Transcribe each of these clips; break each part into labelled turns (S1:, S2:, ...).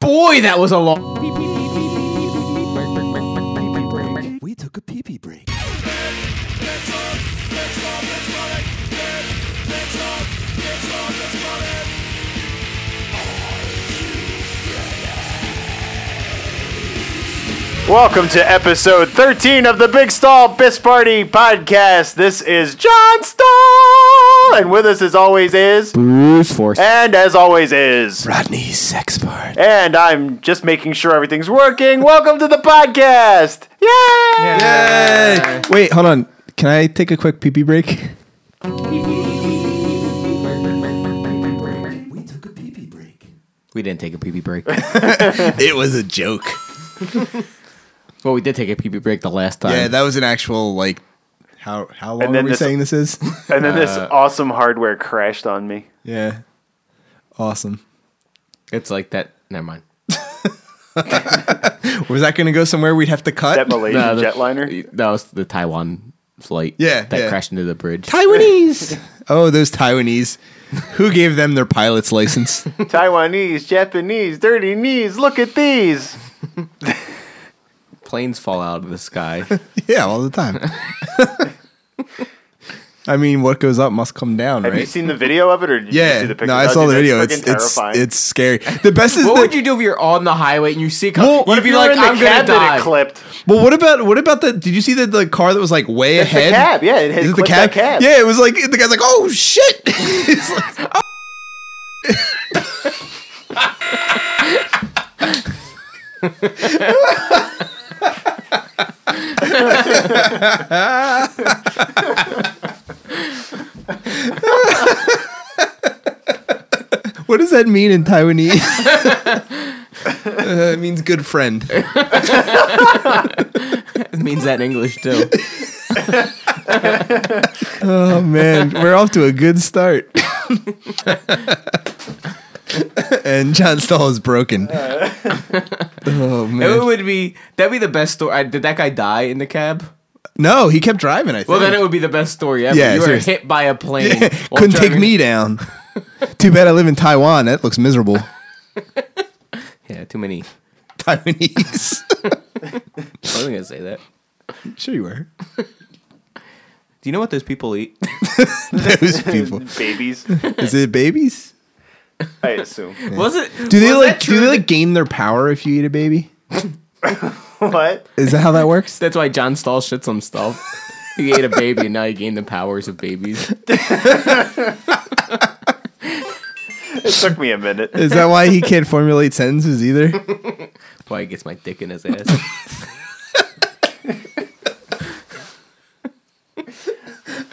S1: Boy, that was a long.
S2: We took a pee pee break.
S3: Welcome to episode 13 of the Big Stall Bis Party podcast. This is John Stall, and with us as always is,
S1: Bruce Force.
S3: and as always is,
S2: Rodney's sex part.
S3: and I'm just making sure everything's working. Welcome to the podcast! Yay!
S2: Hey! Wait, hold on. Can I take a quick pee pee break? We took a pee pee break.
S1: We didn't take a pee pee break.
S4: It was a joke.
S1: well, we did take a pee pee break the last time.
S4: Yeah, that was an actual like. How how long
S3: And then
S4: are we
S3: this-
S4: saying this is?
S3: And then
S4: Uh,
S3: this awesome hardware crashed on me.
S4: yeah, awesome.
S1: it's like that. Never mind.
S4: Was that going to go somewhere we'd have to cut?
S3: That Malaysian
S1: No, the-
S3: jetliner.
S1: That was the Taiwan flight.
S4: Yeah,
S1: That
S4: yeah.
S1: crashed into the bridge.
S4: Taiwanese. oh, those Taiwanese. Who gave them their pilot's license?
S3: Taiwanese, Japanese, dirty knees, look at these!
S1: Planes fall out of the sky.
S4: yeah, all the time. I mean, what goes up must come down,
S3: Have
S4: right?
S3: you seen the video of it, or did you
S4: yeah,
S3: see the picture?
S4: no, I
S3: Oh,
S4: saw
S3: dude,
S4: the
S3: that's
S4: video.
S3: friggin'
S4: It's it's
S3: terrifying.
S4: it's scary. The best is
S1: what
S4: that-
S1: would you do if you're on the highway and you see? Co-
S4: Well,
S3: What
S1: you'd
S3: if
S1: be
S3: you were
S1: like,
S3: in the
S1: I'm gonna
S3: cab that
S1: die.
S3: it clipped?
S4: Well, what about what about the? Did you see the, the car that was like way
S3: It's the
S4: ahead?
S3: cab, yeah, it had
S4: Is it the
S3: clipped
S4: cab?
S3: that cab.
S4: Yeah, it was like the guy's like, "Oh shit!" It's like, oh. what does that mean in Taiwanese? uh, it means good friend.
S1: It means that in English too.
S4: Oh man, we're off to a good start. and John Stahl is broken. Oh
S1: it
S4: man.
S1: would be that'd be the best story. I- Did that guy die in the cab?
S4: No, he kept driving, I think.
S1: Well, then it would be the best story ever.
S4: Yeah,
S1: you were
S4: seriously.
S1: hit by a plane. while
S4: couldn't take
S1: driving-
S4: me down. Too bad I live in Taiwan. That looks miserable.
S1: Yeah, too many.
S4: Taiwanese.
S1: I wasn't gonna say that.
S4: sure you were.
S1: Do you know what those people eat?
S4: Those people.
S3: Babies,
S4: Is it babies?
S3: I assume.
S1: Was it?
S4: Do they
S1: was that
S4: like do
S1: true
S4: they
S1: that-
S4: like gain their power if you eat a baby?
S3: What?
S4: Is that how that works?
S1: That's why John Stahl shits himself. he ate a baby, and now he gained the powers of babies.
S3: It took me a minute.
S4: Is that why he can't formulate sentences either?
S1: Why he gets my dick in his ass.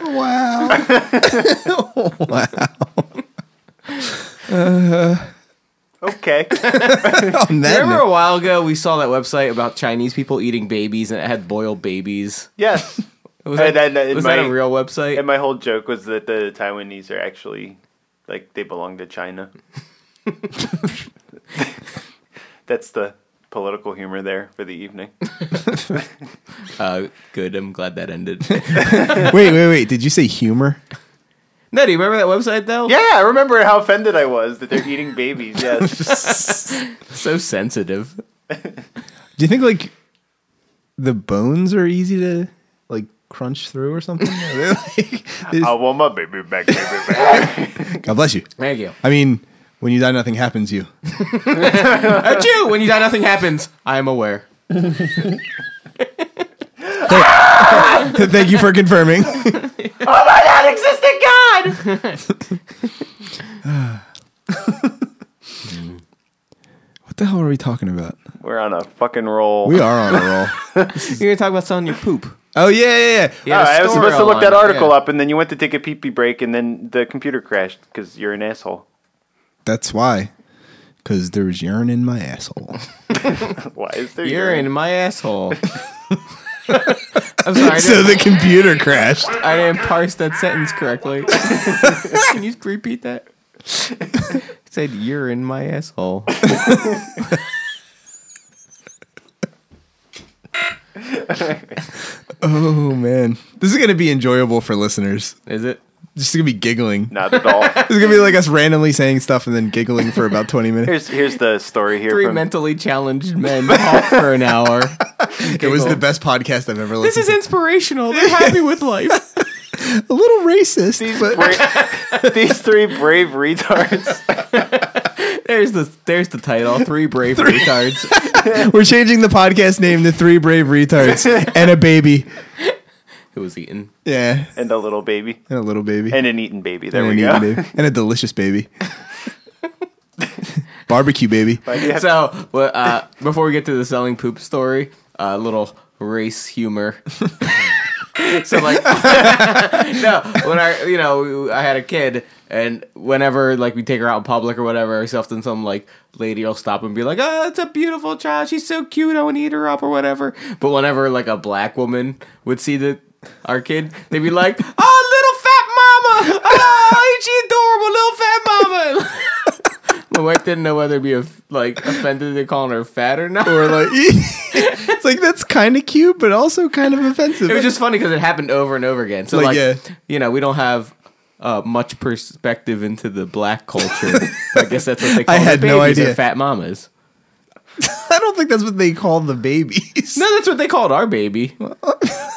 S4: Wow. wow.
S3: Okay.
S4: On that
S1: Remember
S4: note-
S1: a while ago we saw that website about Chinese people eating babies, and it had boiled babies.
S3: yes.
S1: Was,
S3: Uh,
S1: that,
S3: that- that-
S1: was
S3: my-
S1: that a real website?
S3: And my whole joke was that the Taiwanese are actually like they belong to China. That's the political humor there for the evening.
S1: Uh, good. I'm glad that ended.
S4: wait, wait, wait. Did you say humor?
S1: no, do you remember that website though?
S3: Yeah, I remember how offended I was that they're eating babies. Yes.
S1: So sensitive.
S4: Do you think like the bones are easy to like crunch through or something? Are they, like-
S3: I want my baby back, baby back.
S4: God bless you.
S1: Thank you.
S4: I mean, when you die, nothing happens. to You.
S1: A Jew. When you die, nothing happens. I am aware.
S4: Thank you for confirming.
S3: oh my god, existing god!
S4: What the hell are we talking about?
S3: We're on a fucking roll.
S4: We are on a roll.
S1: You're gonna talk about selling your poop.
S4: Oh yeah, yeah, yeah.
S3: Oh,
S1: Yeah,
S3: I was supposed to look that article up, and then you went to take a pee pee break, and then the computer crashed because you're an asshole.
S4: That's why, because there was urine in my asshole.
S3: Why is there
S1: You're
S3: urine?
S1: in my asshole. I'm sorry. I
S4: so
S1: didn't,
S4: the computer crashed.
S1: I didn't parse that sentence correctly. Can you repeat that? It said you're in my asshole.
S4: Oh man, this is gonna be enjoyable for listeners.
S1: Is it?
S4: just gonna be giggling.
S3: Not at all.
S4: It's gonna be like us randomly saying stuff and then giggling for about twenty minutes.
S3: Here's here's the story here.
S1: Three
S3: from,
S1: mentally challenged men talk for an hour.
S4: It was the best podcast I've ever listened.
S1: This is inspirational. They're happy with life.
S4: to. a little racist,
S3: these,
S4: but
S3: bra- these three brave retards.
S1: There's the there's the title. Three brave retards
S4: we're changing the podcast name to Three Brave Retards and a baby.
S1: who was eaten.
S4: Yeah,
S3: and a little baby.
S4: and a little baby.
S3: And an eaten baby. There
S4: and
S3: we
S4: an
S3: go.
S4: eating baby. And a delicious baby. Barbecue baby.
S3: Yeah.
S1: So well, uh, before we get to the selling poop story, a little race humor. so like no, when I you know I had a kid, and whenever like we take her out in public or whatever, so often some like lady will stop and be like, "Oh, it's a beautiful child. She's so cute. I want to eat her up or whatever." But whenever like a black woman would see the our kid, they'd be like, "Oh, little fat mama. Oh, ain't she adorable, little fat mama." My wife didn't know whether to be of- like offended to calling her fat or not.
S4: Or like, it's like that's kind of cute, but also kind of offensive.
S1: It was just funny because it happened over and over again. So
S4: Like,
S1: like,
S4: yeah.
S1: you know, we don't have uh, much perspective into the black culture. I guess that's what they call
S4: I
S1: their
S4: had no
S1: babies, their
S4: idea.
S1: fat mamas.
S4: I don't think that's what they call the babies.
S1: No, that's what they called our baby.
S4: I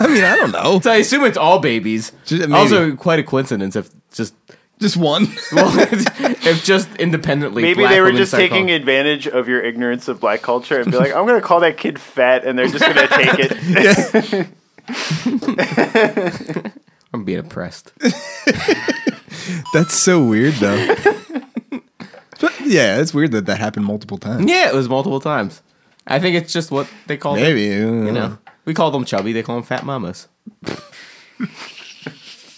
S4: mean, I don't know.
S1: So I assume it's all babies.
S4: Just- maybe.
S1: also, quite a coincidence if just
S4: Just one.
S1: well, if just independently.
S3: Maybe
S1: black
S3: they were
S1: women
S3: just
S1: start
S3: taking
S1: calling-
S3: advantage of your ignorance of black culture and be like, I'm gonna call that kid fat and they're just gonna take it.
S1: I'm being oppressed.
S4: That's so weird, though. But, yeah, it's weird that that happened multiple times.
S1: yeah, it was multiple times. I think it's just what they call them.
S4: Maybe
S1: You know, we call them chubby. They call them fat mamas.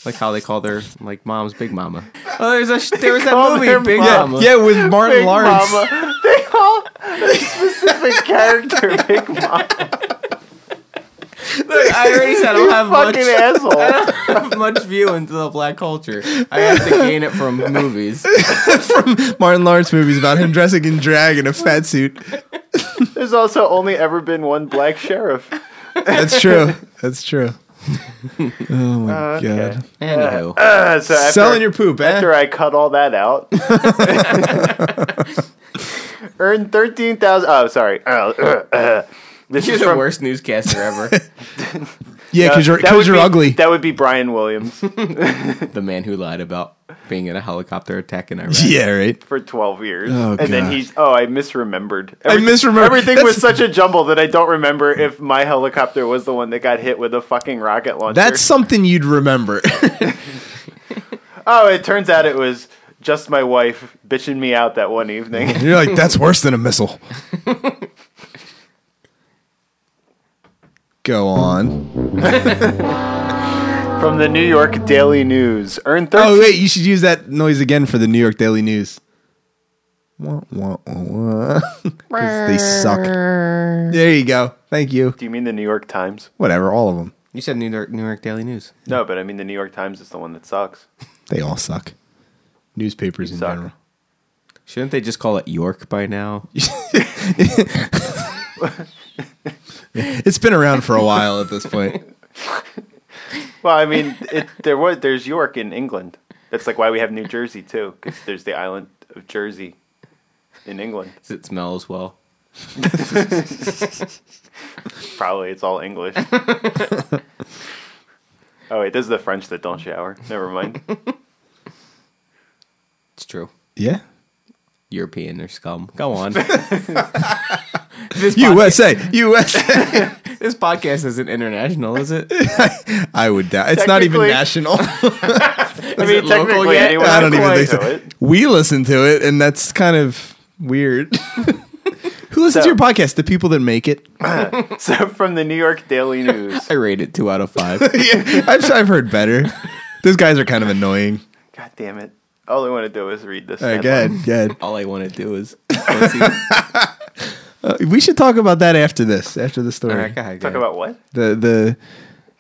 S1: like how they call their like mom's big mama. Oh, there's a sh- there was that
S3: call
S1: movie
S3: their
S1: Big
S3: mom-
S1: Mama.
S4: Yeah, with Martin
S3: Big
S4: Lawrence.
S3: Mama. Um, They call a specific character Big Mama.
S1: Look, I already said I don't have much,
S3: Fucking asshole.
S1: I don't have much view into the black culture. I have to gain it from movies.
S4: Martin Lawrence movies about him dressing in drag in a fat suit.
S3: There's also only ever been one black sheriff.
S4: That's true. That's true. Oh my god.
S1: Anywho,
S3: Uh, so after,
S4: Selling your poop, eh?
S3: after I cut all that out. Earned thirteen thousand. Oh, sorry. Uh, this
S1: you're
S3: is
S1: the
S3: from uh,
S1: worst newscaster ever.
S4: yeah, because you're,
S3: that
S4: cause
S3: would
S4: you're
S3: be-
S4: ugly.
S3: That would be Brian Williams
S1: the man who lied about being in a helicopter attack in Iraq.
S4: yeah, right.
S3: for 12 years.
S4: Oh,
S3: and then
S4: God.
S3: he's, oh, I misremembered.
S4: I misremembered.
S3: Everything
S4: That's-
S3: was such a jumble that I don't remember if my helicopter was the one that got hit with a fucking rocket launcher.
S4: That's something you'd remember.
S3: Oh, it turns out it was just my wife bitching me out that one evening.
S4: you're like, that's worse than a missile. Go on.
S3: From the New York Daily News. Earned 13.
S4: Oh wait, you should use that noise again for the New York Daily News. Wah, wah, wah, wah. 'Cause they suck. There you go. Thank you.
S3: Do you mean the New York Times?
S4: Whatever, all of them.
S1: You said New York, New York Daily News.
S3: No, but I mean the New York Times is the one that sucks.
S4: They all suck. Newspapers in
S3: suck.
S4: general.
S1: Shouldn't they just call it York by now?
S4: It's been around for a while at this point.
S3: Well, I mean, it, there was there's York in England. That's like why we have New Jersey too, because there's the island of Jersey in England.
S1: 'Cause It smells well.
S3: Probably it's all English. oh wait, this is the French that don't shower. Never mind.
S1: It's true.
S4: Yeah.
S1: European or scum. Go on. this, pod-
S4: USA, USA.
S1: this podcast isn't international, is it?
S4: I would doubt. It's not even
S3: Technically-
S4: national.
S3: I mean,
S1: it local
S3: technically,
S1: yet?
S3: anyone
S4: I
S3: can
S4: don't even
S3: listen
S4: think so.
S3: to it.
S4: We listen to it, and that's kind of weird. Who listens
S3: So-
S4: to your podcast? The people that make it.
S3: So from the New York Daily News.
S1: I rate it two out of five.
S4: Yeah, I've, I've heard better. Those guys are kind of annoying.
S3: God damn it! All I want to do is read this.
S4: All right,
S3: headline.
S4: good, good.
S1: All I want to do is. All
S4: Uh, we should talk about that after this, after the story.
S1: right, go ahead, go
S3: Talk
S1: ahead.
S3: about what?
S4: The the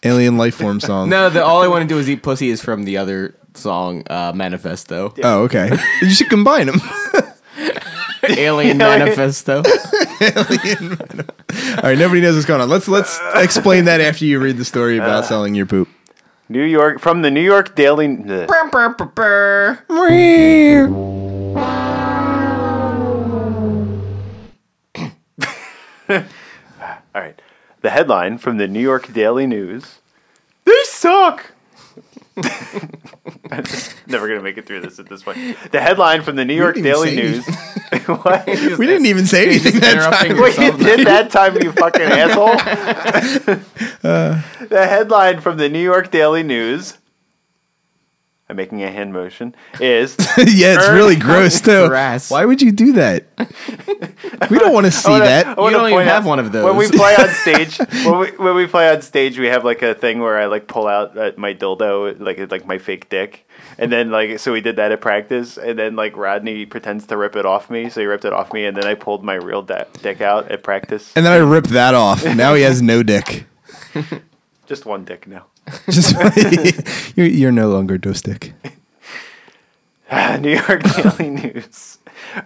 S4: alien life form song.
S1: No, the all I want to do is eat pussy is from the other song, uh, Manifesto.
S4: Oh, okay. you should combine them.
S1: Alien Manifesto.
S4: All right, nobody knows what's going on. Let's let's explain that after you read the story about selling your poop.
S3: New York from the New York Daily. bleh. All right, the headline from the New York Daily News. They suck. I'm just never gonna make it through this at this point. The headline from the New York
S4: didn't even
S3: Daily News.
S4: say
S3: what?
S4: We didn't even say anything that time.
S1: Interrupting
S3: Wait, you
S1: yourself.
S3: did that time, you fucking asshole.
S4: Uh.
S3: the headline from the New York Daily News. I'm making a hand motion. Is
S4: yeah, it's really gross too.
S1: Grass.
S4: Why would you do that? we don't want to see that.
S1: You don't even have one of those.
S3: When we play on stage, when we, when we play on stage, we have like a thing where I like pull out uh, my dildo, like like my fake dick, and then like so we did that at practice, and then like Rodney pretends to rip it off me, so he ripped it off me, and then I pulled my real da- dick out at practice,
S4: And then I ripped that off. Now he has no dick.
S3: just one dick now.
S4: Just you're, you're no longer no stick.
S3: New York Daily News.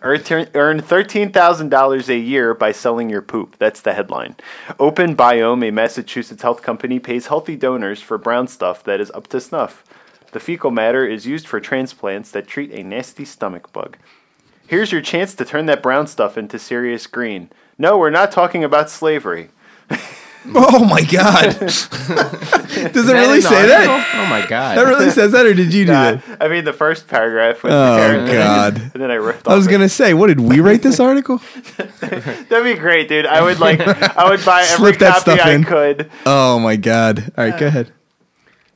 S3: Earn thir- Earn $13,000 a year by selling your poop. That's the headline. Open Biome, a Massachusetts health company, pays healthy donors for brown stuff that is up to snuff. The fecal matter is used for transplants that treat a nasty stomach bug. Here's your chance to turn that brown stuff into serious green. No, we're not talking about slavery.
S4: Oh my god! Does it really
S1: in the
S4: say that?
S1: article? Oh my god.
S4: That really says that, or did you do that?
S3: I mean, the first paragraph. Was
S4: Oh god!
S3: And then I ripped
S4: I was
S3: off it.
S4: gonna say, what did we write this article?
S3: That'd be great, dude. I would like. I would buy every
S4: Slip that
S3: copy
S4: stuff
S3: I
S4: in.
S3: could.
S4: Oh my god! All right, go ahead.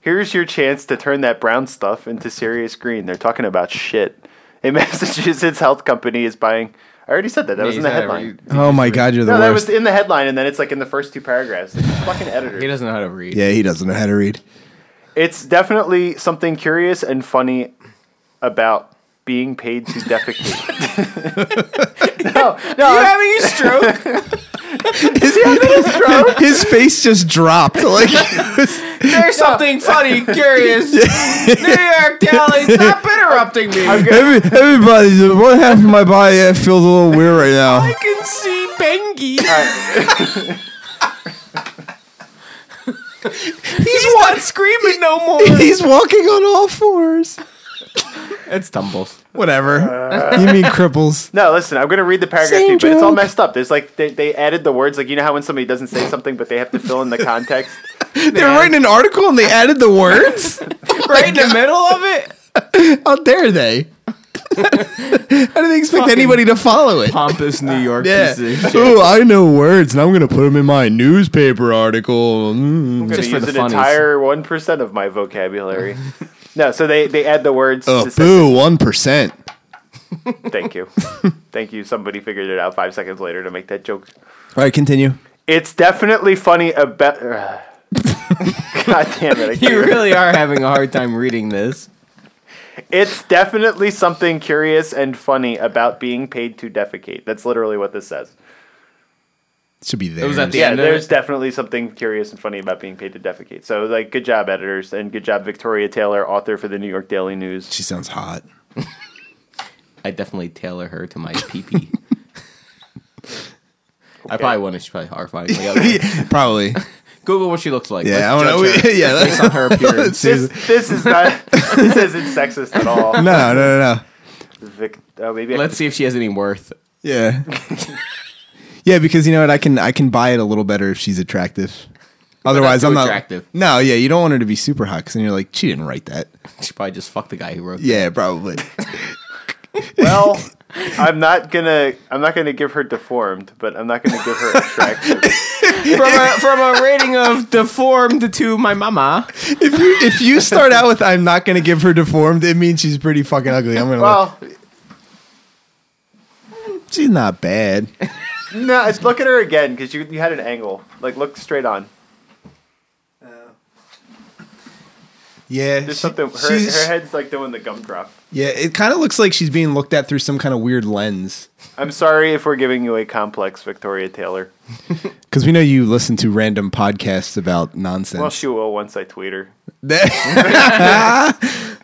S3: Here's your chance to turn that brown stuff into serious green. They're talking about shit. A Massachusetts health company is buying. I already said that. That was in the headline.
S4: Oh my god, you're the
S3: no, that
S4: worst.
S3: was in the headline, and then it's like in the first two paragraphs. It's just fucking
S1: He
S3: editor.
S1: doesn't know how to read.
S4: Yeah, he doesn't know how to read.
S3: It's definitely something curious and funny about being paid to defecate. no, no, I'm-
S1: having a stroke?
S4: His, his face just dropped. Like it was-
S1: There's something funny, curious. New York Daily, stop interrupting me. i
S4: every, everybody's one half of my body uh, feels a little weird right now.
S1: can see Bengi. He's, not screaming no more.
S4: He's walking on all fours.
S1: It's tumbles.
S4: Whatever.
S1: Uh.
S4: You mean cripples?
S3: No, listen, I'm going to read the paragraph to
S4: Same
S3: you, but it's all
S4: joke.
S3: messed up. There's like, they, they added the words, like, you know how when somebody doesn't say something, but they have to fill in the context?
S4: They were writing an article and they added the words.
S1: Right in the middle of it?
S4: How dare they? How do they expect anybody to follow it?
S1: Pompous New York
S4: Yeah.
S1: piece of shit.
S4: Oh, I know words, and I'm gonna put them in my newspaper article. Mm.
S3: I'm going to
S1: Just for
S3: use
S1: the
S3: an
S1: funnies.
S3: entire 1% of my vocabulary. no, so they, they add the words.
S4: Uh,
S3: to sen-
S4: boo, one percent.
S3: Thank you. Thank you. Somebody figured it out five seconds later to make that joke.
S4: All right, continue.
S3: It's definitely funny about. God damn it. I can't
S1: You
S3: read.
S1: really are having a hard time reading this.
S3: It's definitely something curious and funny about being paid to defecate. That's literally what this says.
S4: should be there.
S1: was at the
S3: yeah,
S1: end of
S3: there's
S1: it?
S3: definitely something curious and funny about being paid to defecate. So, like, good job, editors, and good job, Victoria Taylor, author for the New York Daily News.
S4: She sounds hot.
S1: I definitely tailor her to my pee-pee. I probably wouldn't. She's probably horrifying.
S4: Probably.
S1: Google what she looks like.
S4: Yeah,
S1: Let's
S4: I
S1: judge
S4: want
S1: her
S4: to. Yeah.
S1: based on her appearance.
S4: let's
S3: This,
S4: see.
S3: this is not this isn't sexist at all.
S4: No, no, no, no.
S3: Vic, oh, maybe I
S1: Let's see if she has any worth.
S4: Yeah. yeah, because you know what? I can I can buy it a little better if she's attractive. Otherwise,
S1: too
S4: I'm not
S1: attractive.
S4: No, yeah, you don't want her to be super hot, because then you're like, she didn't write that.
S1: She probably just fucked the guy who wrote. it.
S4: Yeah, probably.
S3: can- well, I'm not gonna I'm not gonna give her deformed, but I'm not gonna give her attractive.
S1: From a, from a rating of deformed to my mama.
S4: if you if you start out with "I'm not gonna give her deformed," it means she's pretty fucking ugly. I'm gonna.
S3: well,
S4: like, she's not bad.
S3: no, it's look at her again because you you had an angle. Like, look straight on.
S4: Yeah,
S3: There's
S4: she-
S3: something. Her,
S4: she's-
S3: her head's like doing the gumdrop.
S4: Yeah, it kind of looks like she's being looked at through some kind of weird lens.
S3: I'm sorry if we're giving you a complex, Victoria Taylor.
S4: Because we know you listen to random podcasts about nonsense.
S3: Well, she will once I tweet her.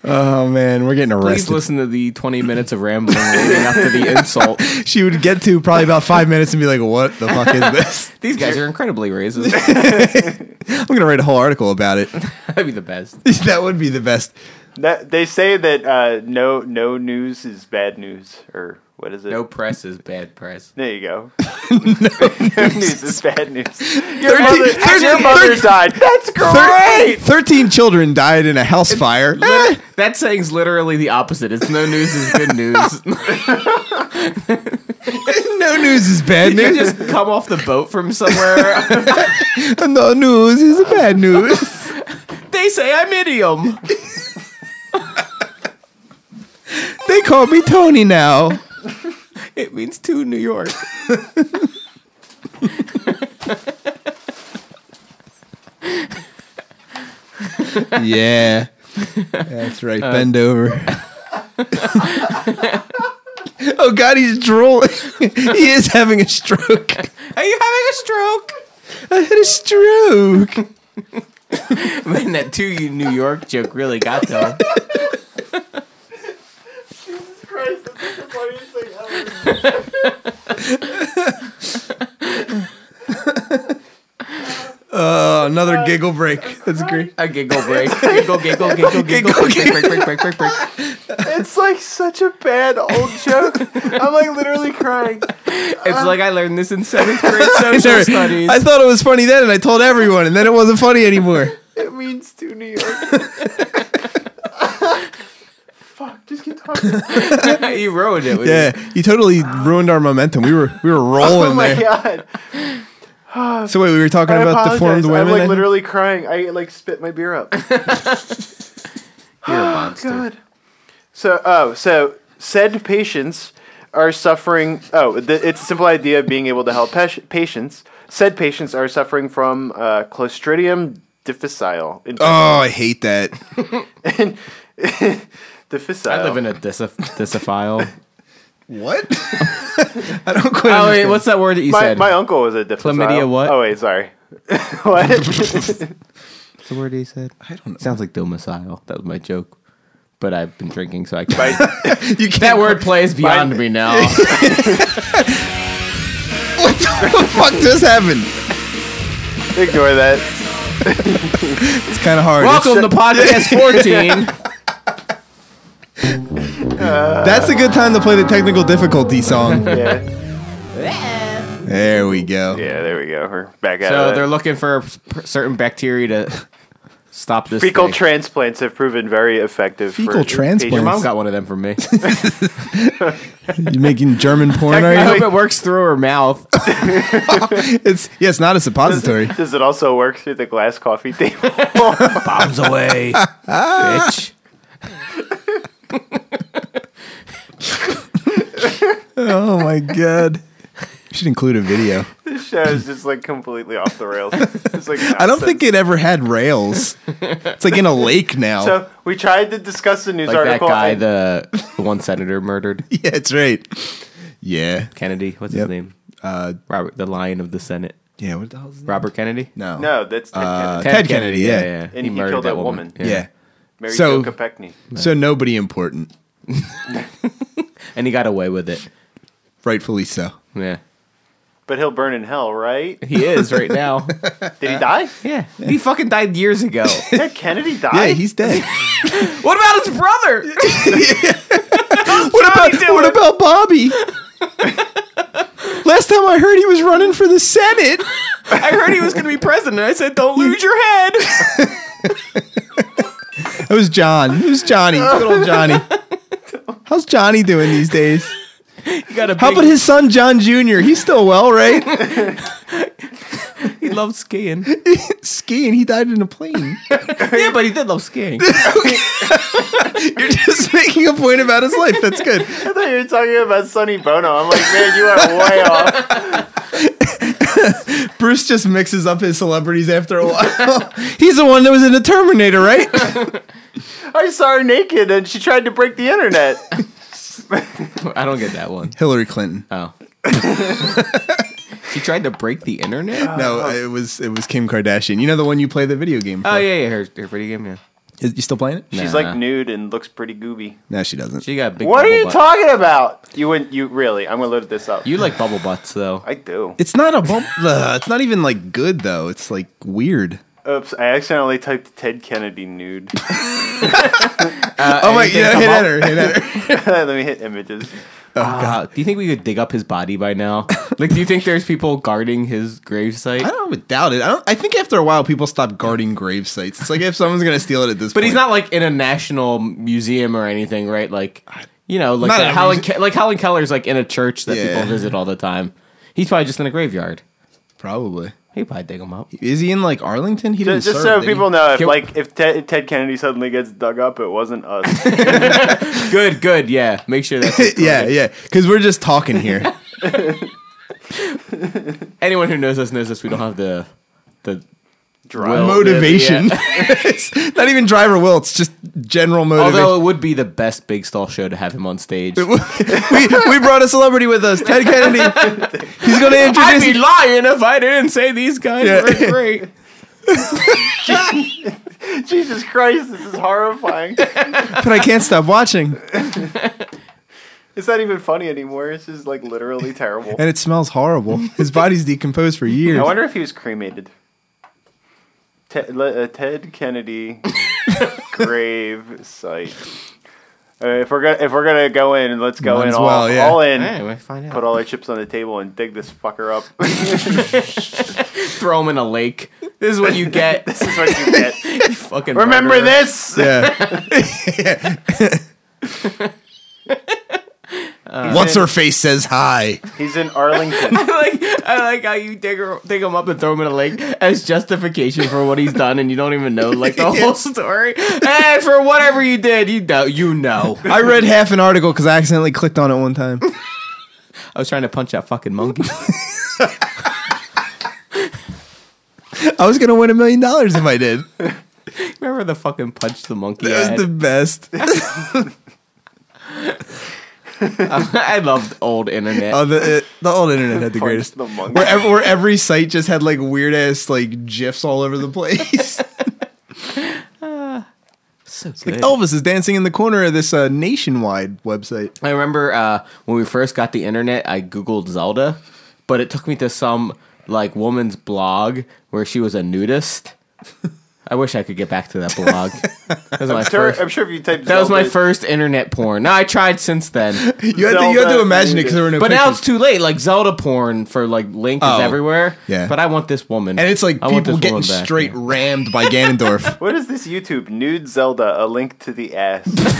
S4: oh man, we're getting
S1: Please
S4: arrested.
S1: listen to the 20 minutes of rambling leading up to the insult.
S4: She would get to probably about five minutes and be like, "What the fuck is this?"
S1: These guys are incredibly racist.
S4: I'm gonna write a whole article about it.
S1: That'd be the best.
S4: that would be the best.
S3: That, they say that uh, no no news is bad news, or what is it?
S1: No press is bad press.
S3: There you go. no news is bad news. Your
S4: Thirteen-
S3: mother,
S4: thirteen-
S3: your mother died. That's
S4: Thir-
S3: great.
S4: Thirteen children died in a house fire. Eh,
S1: That saying's literally the opposite. It's no news is good news.
S4: no news is bad
S1: you
S4: news.
S1: just come off the boat from somewhere.
S4: no news is bad news.
S1: they say I'm idiom.
S4: they call me Tony now.
S1: It means to New York.
S4: yeah. That's right. Bend over. oh God, he's drooling. he is having a stroke.
S1: Are you having a stroke?
S4: I had a stroke.
S1: Man, that to you New York joke really got to him.
S4: Oh, another giggle break. That's great.
S1: A giggle break. Giggle, giggle, giggle, giggle, break, break, break, break, break, break.
S3: It's like such a bad old joke. I'm like literally crying.
S1: It's like I learned this in seventh grade social
S4: Sure.
S1: studies.
S4: I thought it was funny then, and I told everyone, and then it wasn't funny anymore.
S3: It means to New York. Fuck, just keep talking.
S1: you ruined it. with
S4: Yeah, you totally ruined our momentum. We were we were rolling
S3: Oh my
S4: there.
S3: god.
S4: So wait, we were talking
S3: I
S4: about
S3: apologize.
S4: deformed women.
S3: I'm
S4: I
S3: like
S4: think?
S3: literally crying. I like spit my beer up.
S1: You're a monster.
S3: Oh, God. So, oh, so said patients are suffering. Oh, the, it's a simple idea of being able to help pas- patients. Said patients are suffering from uh, Clostridium difficile. In-
S4: Oh, I hate that.
S3: difficile.
S1: I live in a disif- disophile.
S4: What? I don't quite.
S1: oh wait,
S4: understand.
S1: what's that word that you
S3: my,
S1: said?
S3: my uncle was a difficile.
S1: Chlamydia what?
S3: Oh, wait, sorry. what?
S1: What's the word you said? I
S4: don't know.
S1: Sounds like domicile. That was my joke. But I've been drinking, so I can't.
S3: By-
S4: you can't
S1: That word plays beyond me now.
S4: What the fuck just happened?
S3: ignore that.
S4: It's kind of hard.
S1: Welcome to podcast 14.
S4: That's a good time to play the technical difficulty song.
S3: Yeah.
S4: There we go.
S3: Yeah, there we go. We're back out
S1: so
S3: of
S1: they're
S3: that.
S1: looking for p- certain bacteria to stop this.
S3: Fecal
S1: thing.
S3: transplants have proven very effective.
S4: Fecal
S3: for
S1: Your
S4: transplants?
S1: mom got one of them from me.
S4: You making German porn?
S1: I
S4: Are
S1: hope
S4: you?
S1: it works through her mouth.
S4: It's yeah. It's not a suppository.
S3: Does it also work through the glass coffee table?
S1: Bombs away, bitch.
S4: Oh my god. We should include a video.
S3: This show is just like completely off the rails. It's like
S4: I don't think it ever had rails. It's like in a lake now.
S3: so. We tried to discuss the news
S1: Like that
S3: article.
S1: guy,
S3: and-
S1: the the one senator murdered
S4: yeah, it's right. Yeah.
S1: Kennedy. What's
S4: Yep.
S1: his name?
S4: Uh,
S1: Robert, the Lion of the Senate.
S4: yeah. What the hell is that?
S1: Robert Kennedy.
S4: No.
S3: no, that's Ted
S4: Uh,
S3: Kennedy.
S4: Ted Kennedy, yeah.
S3: And he killed that woman.
S4: Yeah.
S3: Mary
S4: so-
S3: Jo Kopechne.
S4: So nobody important.
S1: and he got away with it.
S4: Rightfully so.
S1: Yeah,
S3: But he'll burn in hell, right?
S1: he is right now.
S3: Did
S4: Uh,
S3: he die?
S1: yeah. he fucking died years ago.
S3: Ted Kennedy died.
S4: Yeah, he's dead.
S1: what about his brother?
S4: what about what about Bobby? Last time I heard he was running for the Senate.
S1: I heard he was going to be president. I said, "Don't lose your head."
S4: It was John. It was Johnny. Good old Johnny. How's Johnny doing these days?
S1: You got a
S4: How about his son John Jr.? He's still well, right?
S1: He loved skiing.
S4: Skiing. He died in a plane.
S1: yeah, but he did love skiing.
S4: You're just making a point about his life. That's good.
S3: I thought you were talking about Sonny Bono. I'm like, man, you are way off.
S4: Bruce just mixes up his celebrities after a while. He's the one that was in the Terminator, right?
S3: I saw her naked and she tried to break the internet.
S1: I don't get that one.
S4: Hillary Clinton.
S1: Oh. She tried to break the internet.
S4: No, it was it was Kim Kardashian. You know the one you play the video game for.
S1: Oh yeah, yeah, her, her pretty game. Yeah,
S4: Is- you still playing it?
S3: She's
S1: Nah.
S3: like nude and looks pretty gooby.
S4: No, she doesn't.
S1: she got big.
S3: What are
S1: bubble
S3: you
S1: butt.
S3: talking about? You wouldn't. You really? I'm gonna load this up.
S1: You like bubble butts though.
S3: I do.
S4: it's not a bump. Ugh, it's not even like good though. It's like weird.
S3: Oops! I accidentally typed Ted Kennedy nude.
S4: oh my!
S1: anything
S4: Yeah,
S1: come
S4: hit
S1: up?
S4: at her. Hit at her.
S3: Let me hit images.
S1: God, Uh, do you think we could dig up his body by now? like, do you think there's people guarding his
S4: I
S1: gravesite?
S4: don't doubt it. I don't. I think after a while, people stop guarding grave sites. It's like if someone's gonna steal it at this.
S1: But he's
S4: point.
S1: not like in a national museum or anything, right? Like, you know, like
S4: Not
S1: that
S4: in a
S1: Helen,
S4: muse-
S1: Ke- like Helen Keller's like in a church that
S4: Yeah.
S1: people visit all the time. He's probably just in a graveyard.
S4: probably.
S1: He probably dig him up.
S4: Is he in like Arlington? He didn't
S3: Just, just
S4: serve,
S3: so
S4: did he?
S3: people know, if
S1: Can-
S3: like if Ted, Ted Kennedy suddenly gets dug up, it wasn't us.
S1: Good, good, yeah. Make sure that's
S4: yeah, yeah. Because we're just talking here.
S1: anyone who knows us knows us. We don't have the the
S3: Drive.
S1: Well,
S4: motivation. it's not even driver will. It's just general motivation.
S1: Although it would be the best big stall show to have him on stage.
S4: we, we brought a celebrity with us, Ted Kennedy. He's going to
S1: I'd
S4: introduce.
S1: be lying if I didn't say these guys
S4: Yeah.
S1: were great.
S3: Jesus Christ, this is horrifying.
S4: but I can't stop watching,
S3: it's not even funny anymore. It's just like literally terrible.
S4: and it smells horrible. His body's decomposed for years.
S3: I wonder if he was cremated. Ted, le- uh, Ted Kennedy grave site. Uh, if we're gonna if we're gonna go in, let's go
S4: Might
S3: in
S4: as
S3: all,
S4: well, yeah.
S3: all in.
S1: Anyway, find out.
S3: Put all our chips on the table and dig this fucker up.
S1: Throw him in a lake. This is what you get.
S3: this is what you get.
S1: Fucking
S3: Remember
S1: murderer.
S3: this?
S4: yeah. What's her face says hi.
S3: He's in Arlington.
S1: like I like how you dig, her, dig him up and throw him in a lake as justification for what he's done, and you don't even know like the whole story. And for whatever you did, you know, you know.
S4: I read half an article because I accidentally clicked on it one time.
S1: I was trying to punch that fucking monkey.
S4: I was gonna win a million dollars if I did. That
S1: Remember the fucking punch the monkey? I,
S4: was the best.
S1: I loved old internet.
S4: Oh, the, uh, the old internet had the
S3: Punch
S4: greatest.
S3: the monkey.
S4: Where, ev- where every site just had like weird ass like gifs all over the place.
S1: so good.
S4: like Elvis is dancing in the corner of this uh, nationwide website.
S1: I remember uh, when we first got the internet, I googled Zelda, but it took me to some like woman's blog where she was a nudist. I wish I could get back to that blog. That was my
S3: Sure,
S1: first.
S3: I'm sure if you type
S1: That was my first internet porn. Now I tried since then,
S4: You had, to, you had
S3: Zelda
S4: to imagine it because there were no.
S1: but now
S4: pictures.
S1: it's too late. Like Zelda porn for like Link is
S4: Oh,
S1: everywhere.
S4: yeah.
S1: but I want this woman,
S4: and it's like
S1: I want
S4: people
S1: this
S4: getting
S1: woman back.
S4: straight rammed by Ganondorf.
S3: What is this YouTube? Nude Zelda, a link to the ass.
S4: That's,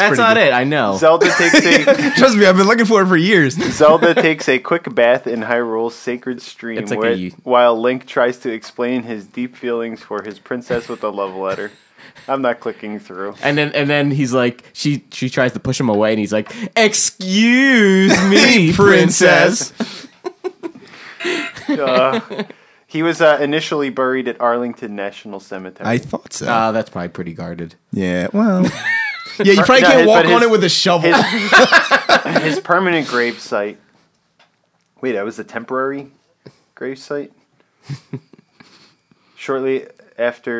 S1: That's not it. I know.
S3: Zelda takes a
S4: it. Trust me, I've been looking for it for years.
S3: Zelda takes a quick bath in Hyrule's sacred stream
S1: It's like
S3: where-
S1: a-
S3: while Link tries to explain his deep feelings for his princess with a love letter. I'm not clicking through.
S1: and then and then he's like, she she tries to push him away, and he's like, "Excuse me, princess."
S4: Princess,
S3: Uh, he was uh, initially buried at Arlington National Cemetery.
S4: I thought so.
S1: Uh, that's probably pretty guarded.
S4: yeah, well, yeah, you probably
S3: No,
S4: can't
S3: his-
S4: walk
S3: but
S4: on
S3: his-
S4: it with a shovel.
S3: his, his permanent grave site. Wait, that was a temporary grave site? Shortly after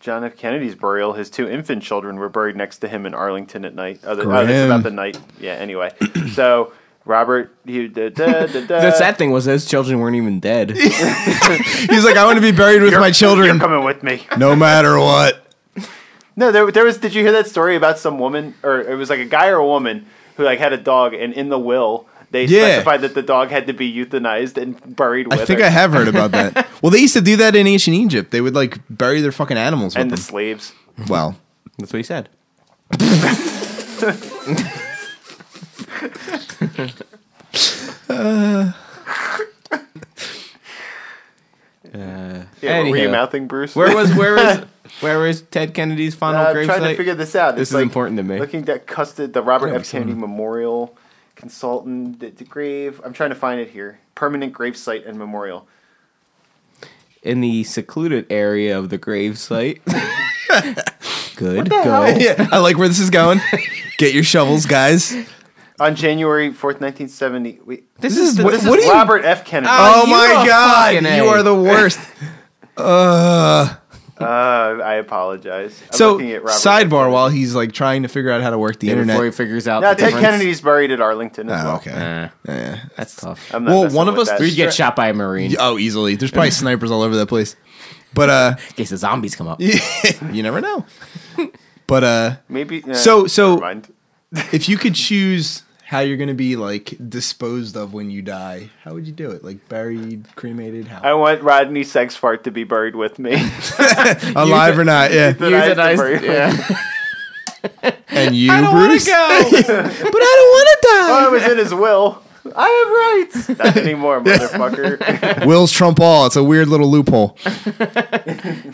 S3: John F. Kennedy's burial, his two infant children were buried next to him in Arlington at night. Oh, th- oh that's
S4: Grim.
S3: about the night. Yeah, anyway. so, Robert, he, da, da, da, da.
S1: The sad thing was those children weren't even dead.
S4: He's like, I want to be buried with my
S3: You're
S4: children,
S3: coming with me.
S4: no matter what.
S3: No, there, there was. Did you hear that story about some woman, or it was like a guy or a woman who like had a dog, and in the will they
S4: Yeah.
S3: specified that the dog had to be euthanized and buried with
S4: I think
S3: her.
S4: I have heard about that. well, they used to do that in ancient Egypt. They would like bury their fucking animals with
S3: and the
S4: them.
S3: slaves.
S4: Well,
S1: That's what he said. Uh,
S3: Yeah, were you
S1: anyhow.
S3: mouthing Bruce?
S1: where was where was where was Ted Kennedy's
S3: Uh,
S1: final
S3: I'm
S1: grave
S3: trying to
S1: site?
S3: figure this out.
S1: This is important to me.
S3: Looking at custod the Robert
S4: Yeah,
S3: F. Kennedy Memorial Consultant the, the grave. I'm trying to find it here. Permanent grave site and memorial.
S1: In the secluded area of the grave site. Good,
S3: the hell?
S1: good.
S4: yeah, I like where this is going. Get your shovels, guys.
S3: On January 4th, 1970. Wait,
S1: This, is, the-
S4: what-
S1: this
S4: what
S1: is
S4: do you-
S3: Robert F. Kennedy.
S1: Oh,
S4: Oh
S1: you
S4: my
S1: a
S4: god,
S1: fucking
S4: you
S1: A.
S4: are the worst. uh,
S3: Uh, I apologize. I'm
S4: so
S3: looking at Robert
S4: sidebar while he's like trying to figure out how to work the
S1: before he
S4: internet.
S1: figures out.
S3: No,
S1: the
S3: Ted
S1: difference.
S3: Kennedy's buried at Arlington as well.
S4: Oh, okay.
S1: Eh,
S4: Yeah.
S1: that's tough.
S3: I'm not
S4: Well,
S3: messing
S4: one of
S3: with
S4: us
S3: that.
S4: three
S1: you get shot by a marine
S4: Oh, easily. There's probably snipers all over the place. But uh
S1: in case the zombies come up.
S4: you never know. But uh
S3: Maybe. eh,
S4: So- so-
S3: never mind.
S4: if you could choose how you're going to be like disposed of when you die, how would you do it? Like buried, cremated, how?
S3: I want Rodney Sexfart to be buried with me.
S4: Alive or not? Yeah.
S3: That I have to
S1: Euthanized-
S3: bury with.
S1: yeah.
S4: And you,
S1: I don't want
S4: Bruce?
S1: to go.
S4: But I don't
S3: Oh,
S4: want
S3: it was in his will. I have rights. Not anymore, motherfucker.
S4: to die. Will's trump all. It's a weird little loophole.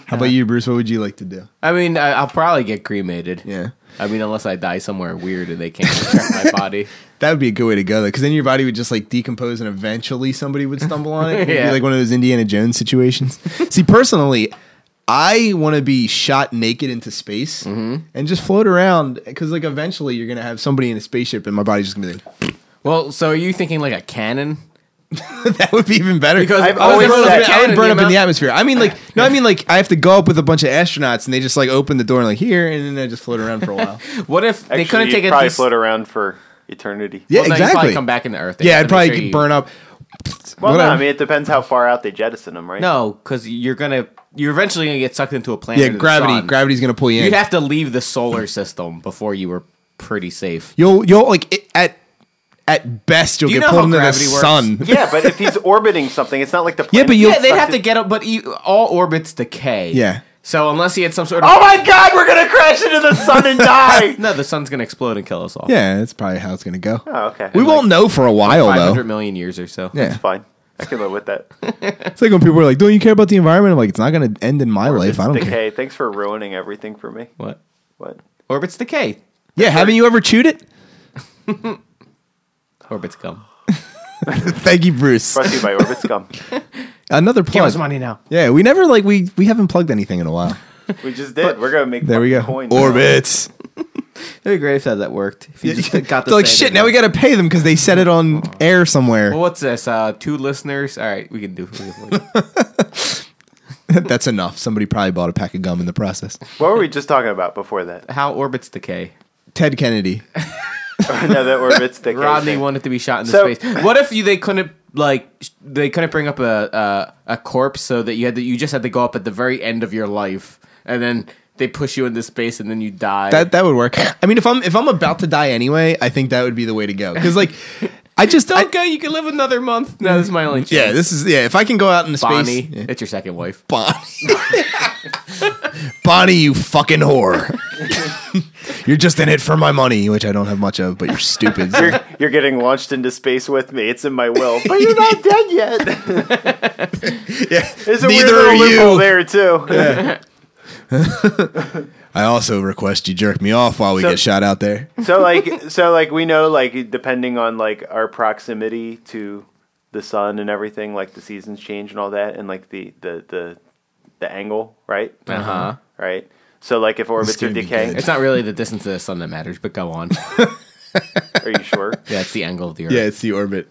S4: how about you, Bruce? What would you like to do?
S1: I mean, I, I'll probably get cremated.
S4: Yeah.
S1: I mean, unless I die somewhere weird and they can't extract my body.
S4: That would be a good way to go, though, because then your body would just like decompose, and eventually somebody would stumble on it. It'd
S1: Yeah.
S4: be like one of those Indiana Jones situations. See, personally, I want to be shot naked into space and just float around, because like eventually you're gonna have somebody in a spaceship, and my body's just gonna be like,
S1: Well, so are you thinking like a cannon?
S4: that would be even better.
S1: Because
S3: I've
S1: I was
S4: I would
S3: always
S1: gonna
S4: burn, up, in,
S3: said-
S1: say
S4: I
S1: cannon
S4: would burn up in
S1: amount-
S4: the atmosphere. I mean, like no, I mean like I have to go up with a bunch of astronauts, and they just like open the door and like here, and then I just float around for a while.
S1: What if they
S3: Actually,
S1: couldn't
S3: you'd
S1: take it?
S3: probably
S1: this-
S3: float around for eternity.
S4: Yeah,
S1: Well, no, you'd
S4: exactly.
S1: probably come back in the earth. They
S4: yeah,
S1: have
S4: I'd
S1: to make
S4: probably
S1: sure you-
S4: burn up.
S3: Well, no,
S4: Whatever.
S3: I mean, it depends how far out they jettison them, right?
S1: No, because you're gonna you're eventually gonna get sucked into a planet.
S4: Yeah,
S1: or the
S4: gravity.
S1: sun.
S4: Gravity's gonna pull you in.
S1: You'd have to leave the solar system before you were pretty safe.
S4: You'll you'll like it, at at best you'll
S1: you
S4: get
S1: know
S4: pulled
S1: how
S4: into the
S1: gravity works?
S4: sun.
S3: Yeah, but if he's orbiting something, it's not like the
S4: Yeah,
S3: planet.
S4: but you'll
S1: yeah, they'd have to get up, but you, all orbits decay.
S4: Yeah.
S1: So unless he had some sort of
S3: Oh my god, we're gonna crash into the sun and die!
S1: no, the sun's gonna explode and kill us all.
S4: yeah, that's probably how it's gonna go.
S3: oh, okay.
S4: we won't know for a while
S1: Five
S4: though.
S1: hundred million years or so.
S4: Yeah,
S3: It's fine. I can live with that.
S4: it's like when people are like, "Don't you care about the environment?" I'm like, "It's not gonna end in my life. I don't care."
S3: Decay, thanks for ruining everything for me.
S1: What?
S3: What?
S1: Orbits decay.
S4: Yeah, haven't you ever chewed it?
S1: Orbits come.
S4: Thank you, Bruce.
S3: Brought to you by Orbit Scum.
S4: Another
S1: Give us
S4: plug.
S1: money now.
S4: Yeah, we never like we we haven't plugged anything in a while.
S3: We just did. we're gonna make
S4: There we go.
S3: fucking coins.
S4: Orbits.
S1: It'd be great if that, that worked. If you just got the
S4: They're like shit. Now we got to pay them because they said it on
S1: Oh.
S4: air somewhere.
S1: Well, what's this? Uh, two listeners. All right, we can do. We can do.
S4: That's enough. Somebody probably bought a pack of gum in the process.
S3: What were we just talking about before that?
S1: How orbits decay.
S4: Ted Kennedy.
S3: no, that Orbit's decay.
S1: Rodney
S3: thing.
S1: wanted to be shot into
S3: So-
S1: space. What if you they couldn't like sh- they couldn't bring up a uh, a corpse so that you had to you just had to go up at the very end of your life and then they push you into space and then you die.
S4: That that would work. I mean, if I'm if I'm about to die anyway, I think that would be the way to go. Because like, I just don't.
S1: okay, you can live another month. No, this is my only chance.
S4: yeah, this is yeah. If I can go out in the
S1: Bonnie,
S4: space, yeah.
S1: it's your second wife.
S4: Bonnie, Bonnie, you fucking whore. you're just in it for my money, which I don't have much of, but you're stupid. so-
S3: You're, you're getting launched into space with me. It's in my will, but you're not dead yet. There's
S4: Neither
S3: a weird
S4: are
S3: little loophole
S4: you.
S3: there too.
S4: I also request you jerk me off while we
S3: So-
S4: get shot out there.
S3: so like, so like, we know like depending on like our proximity to the sun and everything, like the seasons change and all that, and like the the the the angle, right?
S1: Uh huh.
S3: Right. So like, if orbits are
S4: gonna be
S3: decaying,
S1: It's not really the distance to the sun that matters, but go on.
S3: are you sure?
S1: Yeah, it's the angle of the earth.
S4: Yeah, it's the orbit.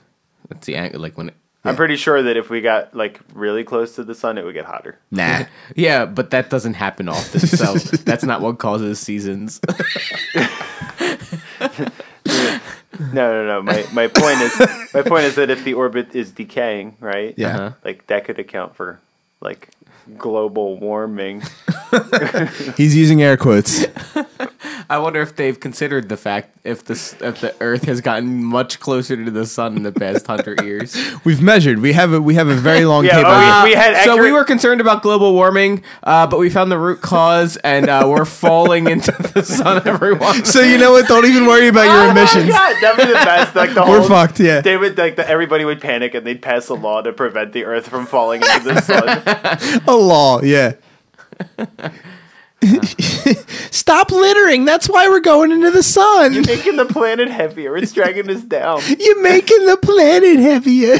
S1: It's the angle, like when. It,
S3: I'm pretty sure that if we got like really close to the sun, it would get hotter.
S4: Nah.
S1: yeah, but that doesn't happen often, so that's not what causes seasons.
S3: No, no, no. My my point is my point is that if the orbit is decaying, right?
S4: Yeah.
S1: Uh-huh.
S3: Like that could account for like global warming.
S4: He's using air quotes.
S1: I wonder if they've considered the fact if this if the Earth has gotten much closer to the sun in the past hundred years.
S4: We've measured. We have a we have a very long
S3: Yeah,
S4: table.
S3: oh,
S4: here.
S3: yeah. We had
S1: so we
S3: accurate-
S1: were concerned about global warming, uh, but we found the root cause, and uh, we're falling into the sun. Everyone,
S4: So you know what? Don't even worry about
S3: Oh
S4: your emissions.
S3: That'd be the best. Like the
S4: We're
S3: whole
S4: fucked. Yeah.
S3: They would like the, everybody would panic and they'd pass a law to prevent the Earth from falling into the sun.
S4: A law, yeah. Stop littering. That's why we're going into the sun. You're
S3: Making the planet heavier. It's dragging us down.
S4: making the planet heavier.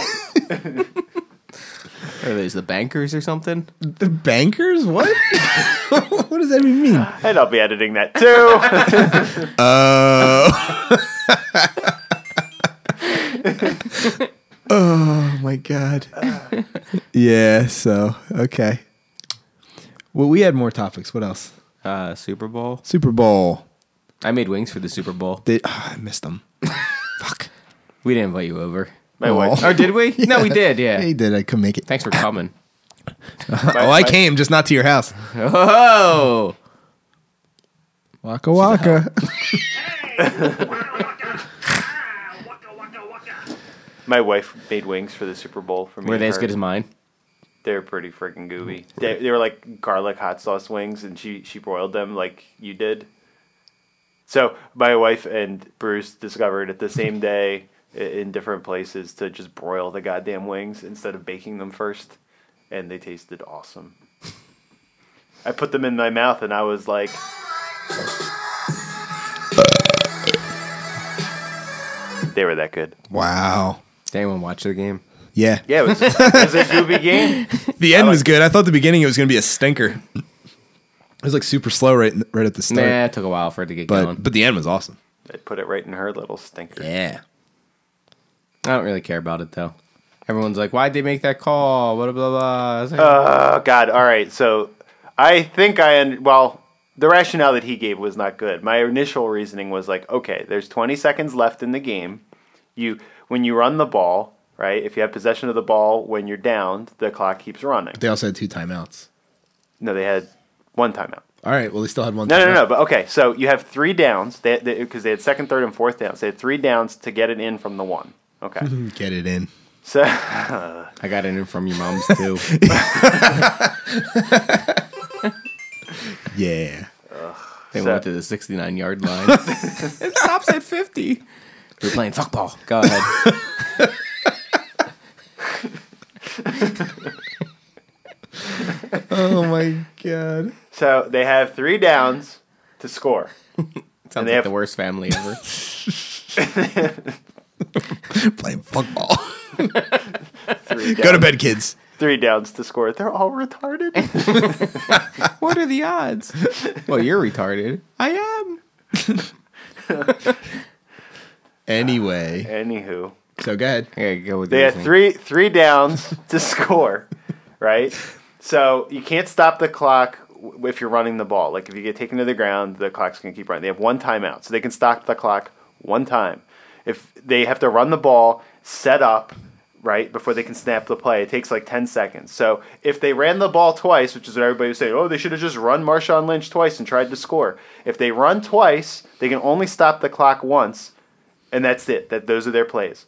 S1: are those the bankers or something?
S4: the bankers? What? what does that even mean? Uh,
S3: And I'll be editing that too.
S4: Oh. oh God. yeah. So okay. Well, we had more topics. What else?
S1: Uh, Super Bowl.
S4: Super Bowl.
S1: I made wings for the Super Bowl.
S4: They, ah, I missed them. Fuck.
S1: We didn't invite you over.
S3: My
S4: Aw.
S3: wife.
S1: Oh, did we? No, we did. Yeah.
S4: They did. I couldn't make it.
S1: Thanks for coming.
S4: oh, I came, just not to your house.
S1: Oh,
S4: Waka waka.
S3: My wife made wings for the Super Bowl for me.
S1: were
S3: and
S1: they as
S3: her.
S1: good as mine?
S3: They're pretty freaking gooey. They, they were like garlic hot sauce wings, and she she broiled them like you did. So my wife and Bruce discovered it the same day i- in different places to just broil the goddamn wings instead of baking them first, and they tasted awesome. I put them in my mouth, and I was like, they were that good.
S4: wow.
S1: Did anyone watch the game?
S4: Yeah.
S3: Yeah, it was, it was a gooby game.
S4: The end was good. I thought the beginning it was going to be a stinker. It was like super slow right in- right at the start,
S1: Nah, it took a while for it to get
S4: but
S1: going.
S4: but the end was awesome.
S3: I put it right in her little stinker.
S1: Yeah. I don't really care about it though. Everyone's like, "Why'd they make that call?" Blah blah blah. I was like,
S3: Oh God! All right, so I think I un- well the rationale that he gave was not good. My initial reasoning was like, okay, there's 20 seconds left in the game. You when you run the ball, right? If you have possession of the ball when you're downed, the clock keeps running.
S4: They also had two timeouts.
S3: No, they had one timeout.
S4: All right. Well, they still had one.
S3: No,
S4: timeout.
S3: no, no. But okay, so you have three downs because they, because they had second, third, and fourth downs. They had three downs to get it in from the one. Okay,
S4: Get it in.
S3: so
S1: I got it in from your mom's too.
S4: Yeah.
S1: They went to the 69 yard line. it stops at 50. We're playing football. Go ahead.
S4: Oh my god.
S3: so they have three downs to score.
S1: Sounds
S3: they
S1: like
S3: have-
S1: the worst family ever.
S4: Playing football.
S3: Three
S4: Go
S3: downs,
S4: to bed, kids.
S3: three downs to score. They're all retarded.
S1: what are the odds? Well, you're retarded. I am.
S4: Anyway.
S3: Anywho,
S4: So go ahead.
S1: I gotta go with
S3: they
S1: yours
S3: had
S1: now.
S3: three three downs to score, right? So you can't stop the clock w- if you're running the ball. Like if you get taken to the ground, the clock's gonna keep running. They have one timeout, so they can stop the clock one time. If they have to run the ball, set up right before they can snap the play, it takes like ten seconds. So if they ran the ball twice, which is what everybody was saying, oh, they should have just run Marshawn Lynch twice and tried to score. If they run twice, they can only stop the clock once. And that's it. That those are their plays.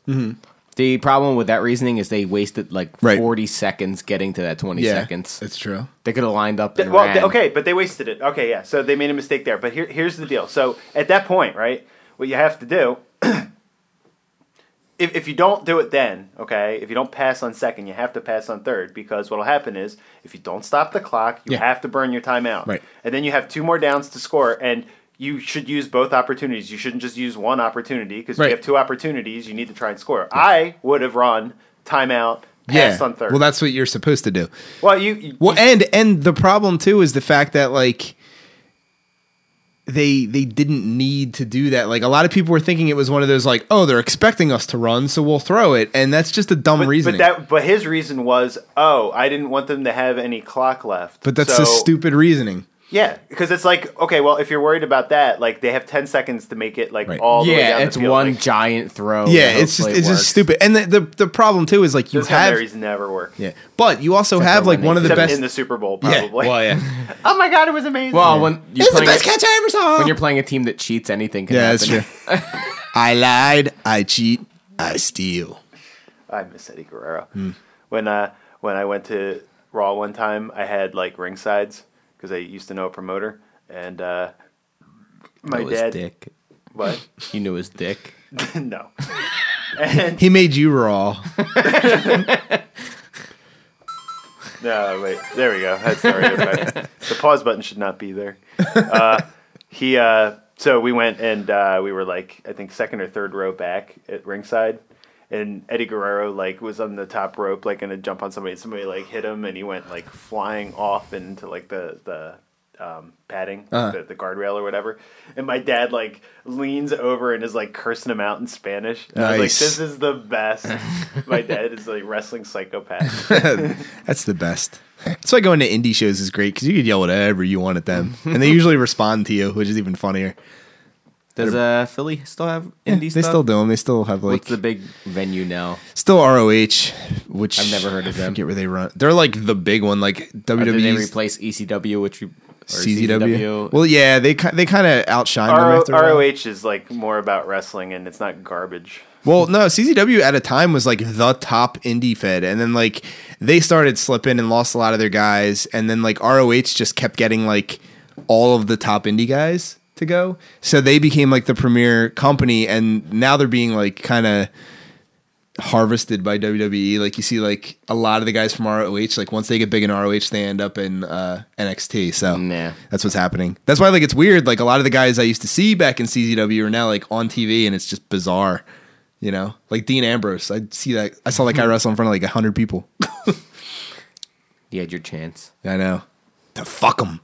S1: The problem with that reasoning is they wasted like
S4: Right.
S1: 40 seconds getting to that 20
S4: Yeah.
S1: seconds.
S4: That's true.
S1: They could have lined up. And
S3: well,
S1: ran.
S3: th- okay, but they wasted it. Okay, yeah. So they made a mistake there. But here, here's the deal. So at that point, right, what you have to do, if, if you don't do it then, okay, if you don't pass on second, you have to pass on third because what'll happen is if you don't stop the clock, you
S4: Yeah.
S3: have to burn your timeout.
S4: Right.
S3: And then you have two more downs to score and. You should use both opportunities. You shouldn't just use one opportunity because
S4: Right.
S3: you have two opportunities. You need to try and score. I would have run timeout, passed on third.
S4: Well, that's what you're supposed to do.
S3: well, you, you
S4: Well, and and the problem too is the fact that like they they didn't need to do that. Like a lot of people were thinking it was one of those like, oh, they're expecting us to run, so we'll throw it, and that's just a dumb
S3: But-
S4: reasoning.
S3: But that, but his reason was, oh, I didn't want them to have any clock left.
S4: But that's
S3: so,
S4: a stupid reasoning.
S3: Yeah, because it's like, okay, well, if you're worried about that, like they have ten seconds to make it like
S4: Right.
S3: all the way
S1: Yeah,
S3: down
S1: it's
S3: the field.
S1: one
S3: Like,
S1: giant throw.
S4: Yeah,
S1: that
S4: it's just
S1: hopefully
S4: it's
S1: works.
S4: just stupid. And the, the the problem too is like you
S3: those kind
S4: have
S3: of reasons never work.
S4: yeah, but you also
S1: Except
S4: have
S1: for
S4: like
S1: when
S4: one
S1: they-
S4: of the
S3: Except
S4: best.
S3: in the Super Bowl,
S4: yeah,
S3: probably.
S4: well, yeah.
S3: oh my god, it was amazing.
S1: Well, when you're,
S4: it's the
S1: playing
S4: best
S1: a-
S4: catch I ever saw.
S1: when you're playing a team that cheats, anything can
S4: yeah,
S1: happen.
S4: that's true. I lied. I cheat. I steal.
S3: I miss Eddie Guerrero.
S4: Hmm.
S3: When uh, when I went to Raw one time, I had like ringsides because I used to know a promoter, and uh, my
S1: That was
S3: dad.
S1: dick.
S3: What?
S1: You knew his dick.
S3: no. And
S4: He made you raw.
S3: No, wait. There we go. That's the right effect. The pause button should not be there. Uh, he. Uh, so we went and uh, we were like, I think second or third row back at ringside, and Eddie Guerrero like was on the top rope, like gonna jump on somebody. and Somebody like hit him, and he went like flying off into like the the um, padding, the, the guardrail or whatever. And my dad like leans over and is like cursing him out in Spanish. And I was like,
S4: Nice.
S3: this is the best. my dad is like wrestling psychopath.
S4: That's the best. That's why going to indie shows is great because you can yell whatever you want at them, and they usually respond to you, which is even funnier.
S1: Does uh, Philly still have indie
S4: They
S1: stuff?
S4: still do them. They still have like
S1: What's the big venue now?
S4: still ROH, which
S1: I've never heard of
S4: I
S1: them.
S4: Forget where they run. They're like the big one, like
S1: Or did they
S4: WWE,
S1: replace ECW, which you or
S4: CZW.
S1: CZW?
S4: Well, yeah, they ki- they kind of outshine them
S3: R-
S4: after a while.
S3: ROH is like more about wrestling and it's not garbage.
S4: Well, no, CZW at a time was like the top indie fed, and then like they started slipping and lost a lot of their guys, and then like ROH just kept getting like all of the top indie guys to go, so they became like the premier company, and now they're being like kind of harvested by WWE. Like you see, like a lot of the guys from ROH, like once they get big in ROH, they end up in uh, NXT. So
S1: Nah.
S4: that's what's happening. That's why like it's weird. Like a lot of the guys I used to see back in CZW are now like on TV, and it's just bizarre. You know, like Dean Ambrose. I see that. I saw that guy wrestle in front of like hundred people.
S1: You had your chance.
S4: I know. To fuck him.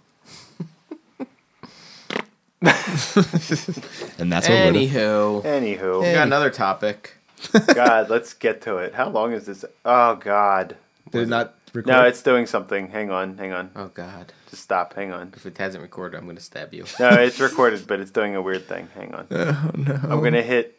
S4: and that's what. Anywho.
S1: Anywho,
S3: Anywho.
S1: we got another topic.
S3: God, let's get to it. How long is this? Oh God.
S4: Did it not record?
S3: No, it's doing something. Hang on, hang on.
S1: Oh God!
S3: Just stop. Hang on.
S1: If it hasn't recorded, I'm gonna stab you.
S3: No, it's recorded, but it's doing a weird thing. Hang on. Oh no. I'm gonna hit